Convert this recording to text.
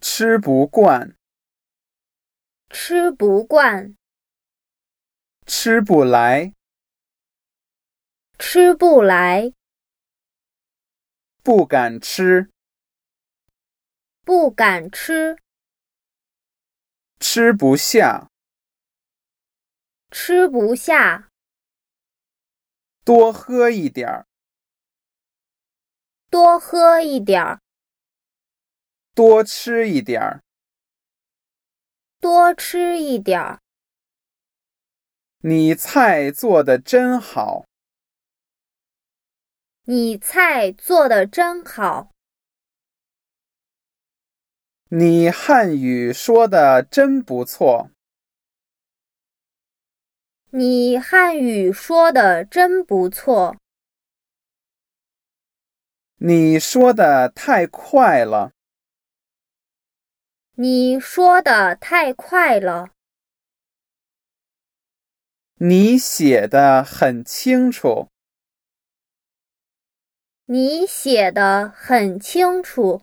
吃不惯，吃不惯，吃不来，吃不来，不敢吃，不敢吃，吃不下，吃不下，多喝一点儿，多喝一点儿，多吃一点儿。多吃一点儿。你菜做的真好，你菜做的真好，你汉语说的真不错，你汉语说的真不错，你说的太快了，你说的太快了，你写的很清楚。你写的很清楚。